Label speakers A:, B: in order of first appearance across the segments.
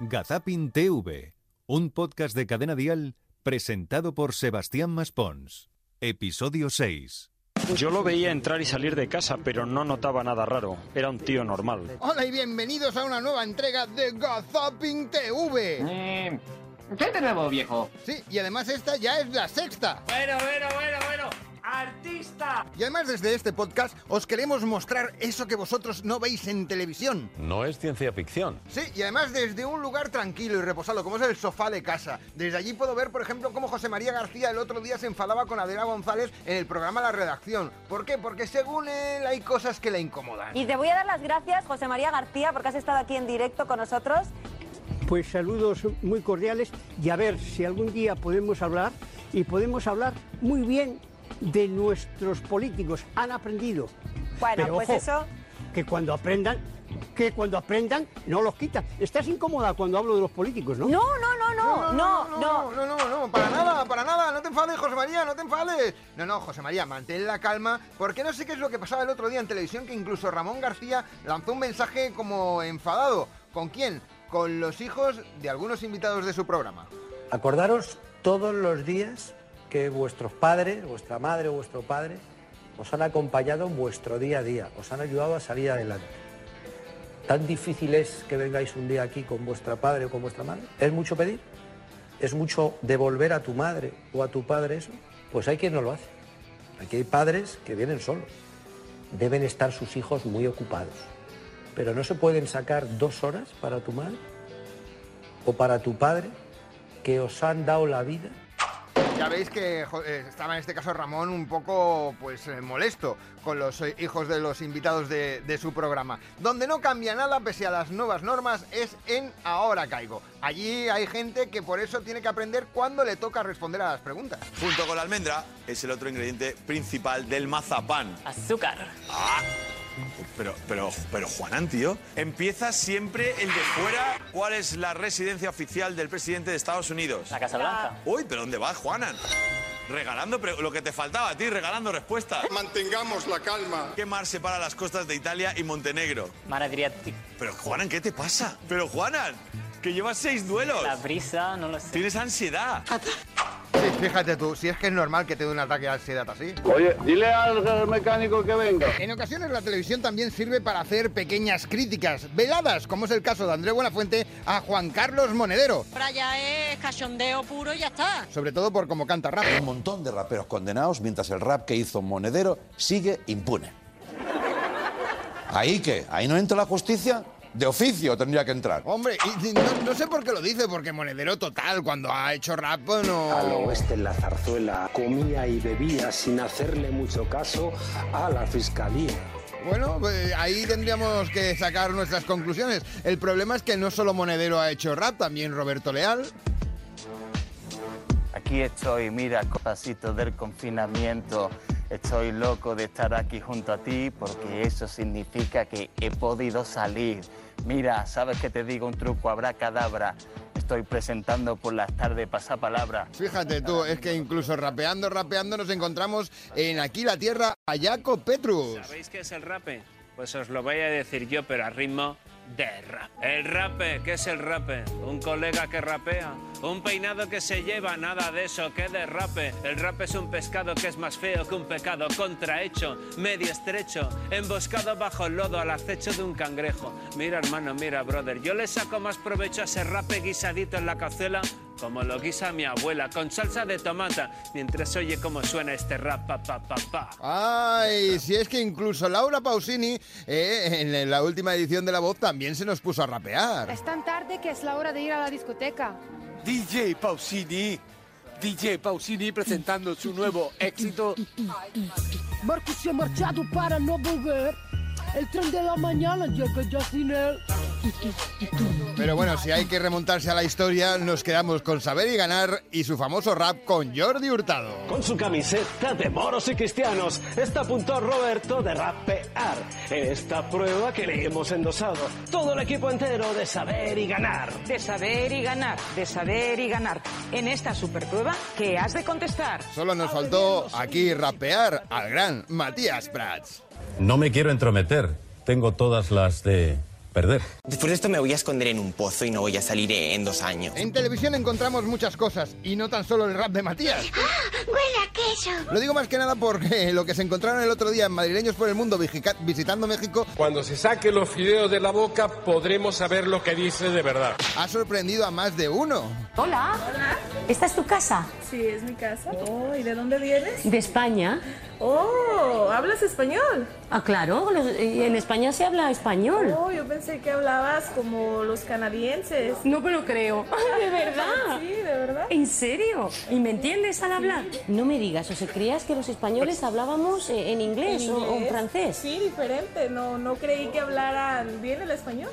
A: Gazapin TV, un podcast de cadena dial presentado por Sebastián Maspons. Episodio 6.
B: Yo lo veía entrar y salir de casa, pero no notaba nada raro. Era un tío normal.
C: Hola y bienvenidos a una nueva entrega de Gazapin TV.
D: Eh, ¿Qué tenemos, viejo?
C: Sí, y además esta ya es la sexta.
E: Bueno, bueno, bueno, bueno. ¡Artista!
C: Y además desde este podcast os queremos mostrar eso que vosotros no veis en televisión.
F: No es ciencia ficción.
C: Sí, y además desde un lugar tranquilo y reposado, como es el sofá de casa. Desde allí puedo ver, por ejemplo, cómo José María García el otro día se enfadaba con Adela González en el programa La Redacción. ¿Por qué? Porque según él hay cosas que le incomodan.
G: Y te voy a dar las gracias, José María García, porque has estado aquí en directo con nosotros.
H: Pues saludos muy cordiales y a ver si algún día podemos hablar y podemos hablar muy bien de nuestros políticos. Han aprendido.
G: Bueno,
H: Pero,
G: pues
H: ojo,
G: eso-
H: Que cuando aprendan, que cuando aprendan no los quitan. Estás incómoda cuando hablo de los políticos, ¿no?
G: No, no, no, no, no,
C: no,
G: no.
C: no, no, no, para nada, para nada, no te enfades, José María, no te enfades. No, no, José María, mantén la calma, porque no sé qué es lo que pasaba el otro día en televisión, que incluso Ramón García lanzó un mensaje como enfadado. ¿Con quién? Con los hijos de algunos invitados de su programa.
I: Acordaros todos los días que vuestros padres, vuestra madre o vuestro padre os han acompañado en vuestro día a día, os han ayudado a salir adelante. ¿Tan difícil es que vengáis un día aquí con vuestra padre o con vuestra madre? ¿Es mucho pedir? ¿Es mucho devolver a tu madre o a tu padre eso? Pues hay quien no lo hace. Aquí hay padres que vienen solos. Deben estar sus hijos muy ocupados. Pero no se pueden sacar dos horas para tu madre o para tu padre que os han dado la vida.
C: Ya veis que jo- eh, estaba en este caso Ramón un poco pues eh, molesto con los eh, hijos de los invitados de, de su programa. Donde no cambia nada pese a las nuevas normas es en Ahora Caigo. Allí hay gente que por eso tiene que aprender cuándo le toca responder a las preguntas.
J: Junto con la almendra es el otro ingrediente principal del mazapán. Ah,
E: Azúcar.
J: Pero, pero, pero Juanán, tío, empieza siempre el de fuera. ¿Cuál es la residencia oficial del presidente de Estados Unidos?
E: La Casa Blanca.
J: Uy, pero ¿dónde vas, Juanan? Regalando pre- lo que te faltaba a ti, regalando respuestas.
K: Mantengamos la calma.
J: ¿Qué mar separa las costas de Italia y Montenegro?
E: Mar Adriático.
J: Pero Juanan, ¿qué te pasa? Pero Juanan, que llevas seis duelos.
E: La brisa, no lo sé.
J: Tienes ansiedad.
C: Sí, fíjate tú, si es que es normal que te dé un ataque de ansiedad así.
K: Oye, dile al mecánico que venga.
C: En ocasiones la televisión también sirve para hacer pequeñas críticas, veladas, como es el caso de André Buenafuente a Juan Carlos Monedero,
G: Ahora ya es cachondeo puro y ya está.
C: sobre todo por cómo canta rap.
L: un montón de raperos condenados mientras el rap que hizo Monedero sigue impune. Ahí que, ahí no entra la justicia, de oficio tendría que entrar.
C: Hombre, y- y no, no sé por qué lo dice, porque Monedero total, cuando ha hecho rap, no...
I: Al oeste en la zarzuela comía y bebía sin hacerle mucho caso a la fiscalía.
C: Bueno, pues, ahí tendríamos que sacar nuestras conclusiones. El problema es que no solo Monedero ha hecho rap, también Roberto Leal.
E: Aquí estoy, mira, pasito del confinamiento. Estoy loco de estar aquí junto a ti porque eso significa que he podido salir. Mira, sabes que te digo un truco, habrá cadabra. Estoy presentando por las tardes pasapalabra.
C: Fíjate tú, es que incluso rapeando, rapeando nos encontramos en Aquí la Tierra a Jaco Petrus.
E: ¿Sabéis qué es el rape? Pues os lo voy a decir yo, pero a ritmo de rap. El rape, ¿qué es el rape? Un colega que rapea, un peinado que se lleva, nada de eso, que derrape. El rape es un pescado que es más feo que un pecado, contrahecho, medio estrecho, emboscado bajo el lodo al acecho de un cangrejo. Mira hermano, mira brother, yo le saco más provecho a ese rape guisadito en la cazuela como lo guisa mi abuela, con salsa de tomata, mientras oye cómo suena este rap, pa, pa, pa, pa.
C: Ay, si es que incluso Laura Pausini eh, en la última edición de La Voz también se nos puso a rapear.
G: Es tan tarde que es la hora de ir a la discoteca.
K: DJ Pausini. DJ Pausini presentando su nuevo éxito.
H: Marcos se ha marchado para no volver. El tren de la mañana llega ya sin él.
C: Pero bueno, si hay que remontarse a la historia, nos quedamos con Saber y Ganar y su famoso rap con Jordi Hurtado.
I: Con su camiseta de moros y cristianos, está a punto Roberto de rapear. En esta prueba que le hemos endosado, todo el equipo entero de saber y ganar.
G: De saber y ganar, de saber y ganar. En esta superprueba, ¿qué has de contestar?
C: Solo nos faltó aquí rapear al gran Matías Prats.
F: No me quiero entrometer. Tengo todas las de perder.
M: Después de esto me voy a esconder en un pozo y no voy a salir en dos años.
C: En televisión encontramos muchas cosas, y no tan solo el rap de Matías.
N: Ah, ¡Huele a queso!
C: Lo digo más que nada porque lo que se encontraron el otro día en Madrileños por el Mundo vigica- visitando México
O: Cuando se saque los fideos de la boca, podremos saber lo que dice de verdad.
C: ha sorprendido a más de uno.
P: Hola. ¿Esta es tu casa?
Q: Sí, es mi casa. Oh, ¿y de dónde vienes?
P: De España.
Q: Oh, ¿hablas español?
P: Ah, claro, los- y en España se habla español.
Q: Oh, yo pensé que hablabas como los canadienses.
P: No me lo creo. De verdad.
Q: Sí, de verdad.
P: ¿En serio? ¿Y me entiendes al hablar? No me digas, o sea, creías que los españoles hablábamos eh, en inglés,
Q: ¿En
P: o- o en
Q: inglés?
P: francés.
Q: Sí, diferente. No, no creí que hablaran bien el español.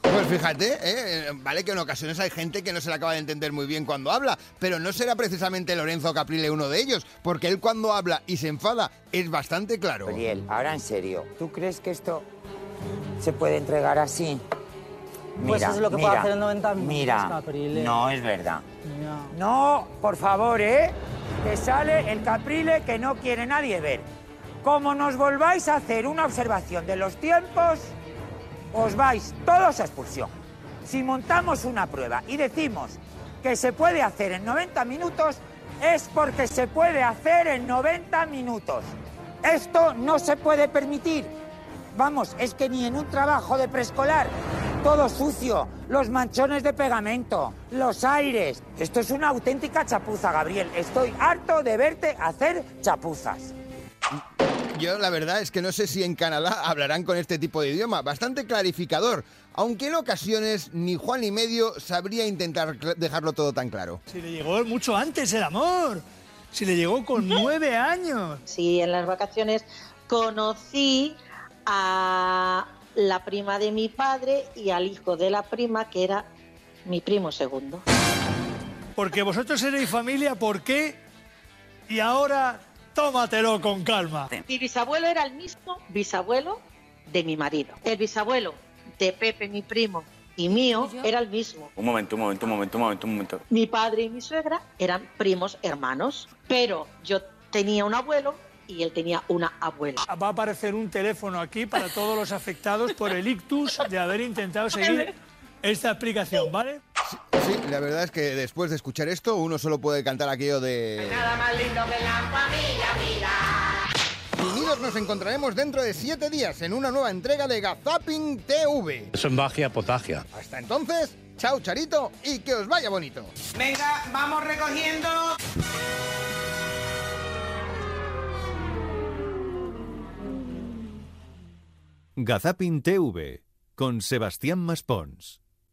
C: Pues fíjate, ¿eh? Eh, vale que en ocasiones hay gente que no se le acaba de entender muy bien cuando habla, pero no será precisamente Lorenzo Caprile uno de ellos, porque él cuando habla y se enfada es bastante claro.
R: Ariel, ahora en serio, ¿tú crees que esto se puede entregar así?
S: Pues es lo que puede hacer en 90 minutos,
R: Mira,
S: Caprile.
R: no es verdad.
S: No.
R: No, por favor, ¿eh? Que sale el Caprile que no quiere nadie ver. Como nos volváis a hacer una observación de los tiempos, os vais todos a expulsión. Si montamos una prueba y decimos que se puede hacer en 90 minutos, es porque se puede hacer en 90 minutos. Esto no se puede permitir. Vamos, es que ni en un trabajo de preescolar, todo sucio, los manchones de pegamento, los aires. Esto es una auténtica chapuza, Gabriel. Estoy harto de verte hacer chapuzas.
C: Yo la verdad es que no sé si en Canadá hablarán con este tipo de idioma, bastante clarificador, aunque en ocasiones ni Juan y medio sabría intentar cl- dejarlo todo tan claro.
T: Si le llegó mucho antes el amor. Si le llegó con nueve años.
U: Sí, en las vacaciones conocí
Q: Ah,
U: a la prima de mi padre y al hijo de la prima que era mi primo segundo.
T: Porque vosotros erais familia, ¿por qué? Y ahora tómatelo con calma.
U: Mi bisabuelo era el mismo bisabuelo de mi marido. El bisabuelo de Pepe, mi primo, y mío era el mismo.
V: Un momento, un momento, un momento, un momento, un momento.
U: Mi padre y mi suegra eran primos hermanos, pero yo tenía un abuelo y él tenía una abuela.
T: Va a aparecer un teléfono aquí para todos los afectados por el ictus de haber intentado seguir esta explicación, ¿vale?
C: Sí, la verdad es que después de escuchar esto uno solo puede cantar aquello de...
N: más lindo que la familia, mira.
C: Unidos nos encontraremos dentro de siete días en una nueva entrega de Gazaping TV.
W: Eso es magia potagia.
C: Hasta entonces, chao Charito y que os vaya bonito.
N: Venga, vamos recogiendo.
A: Gazapin TV con Sebastián Maspons.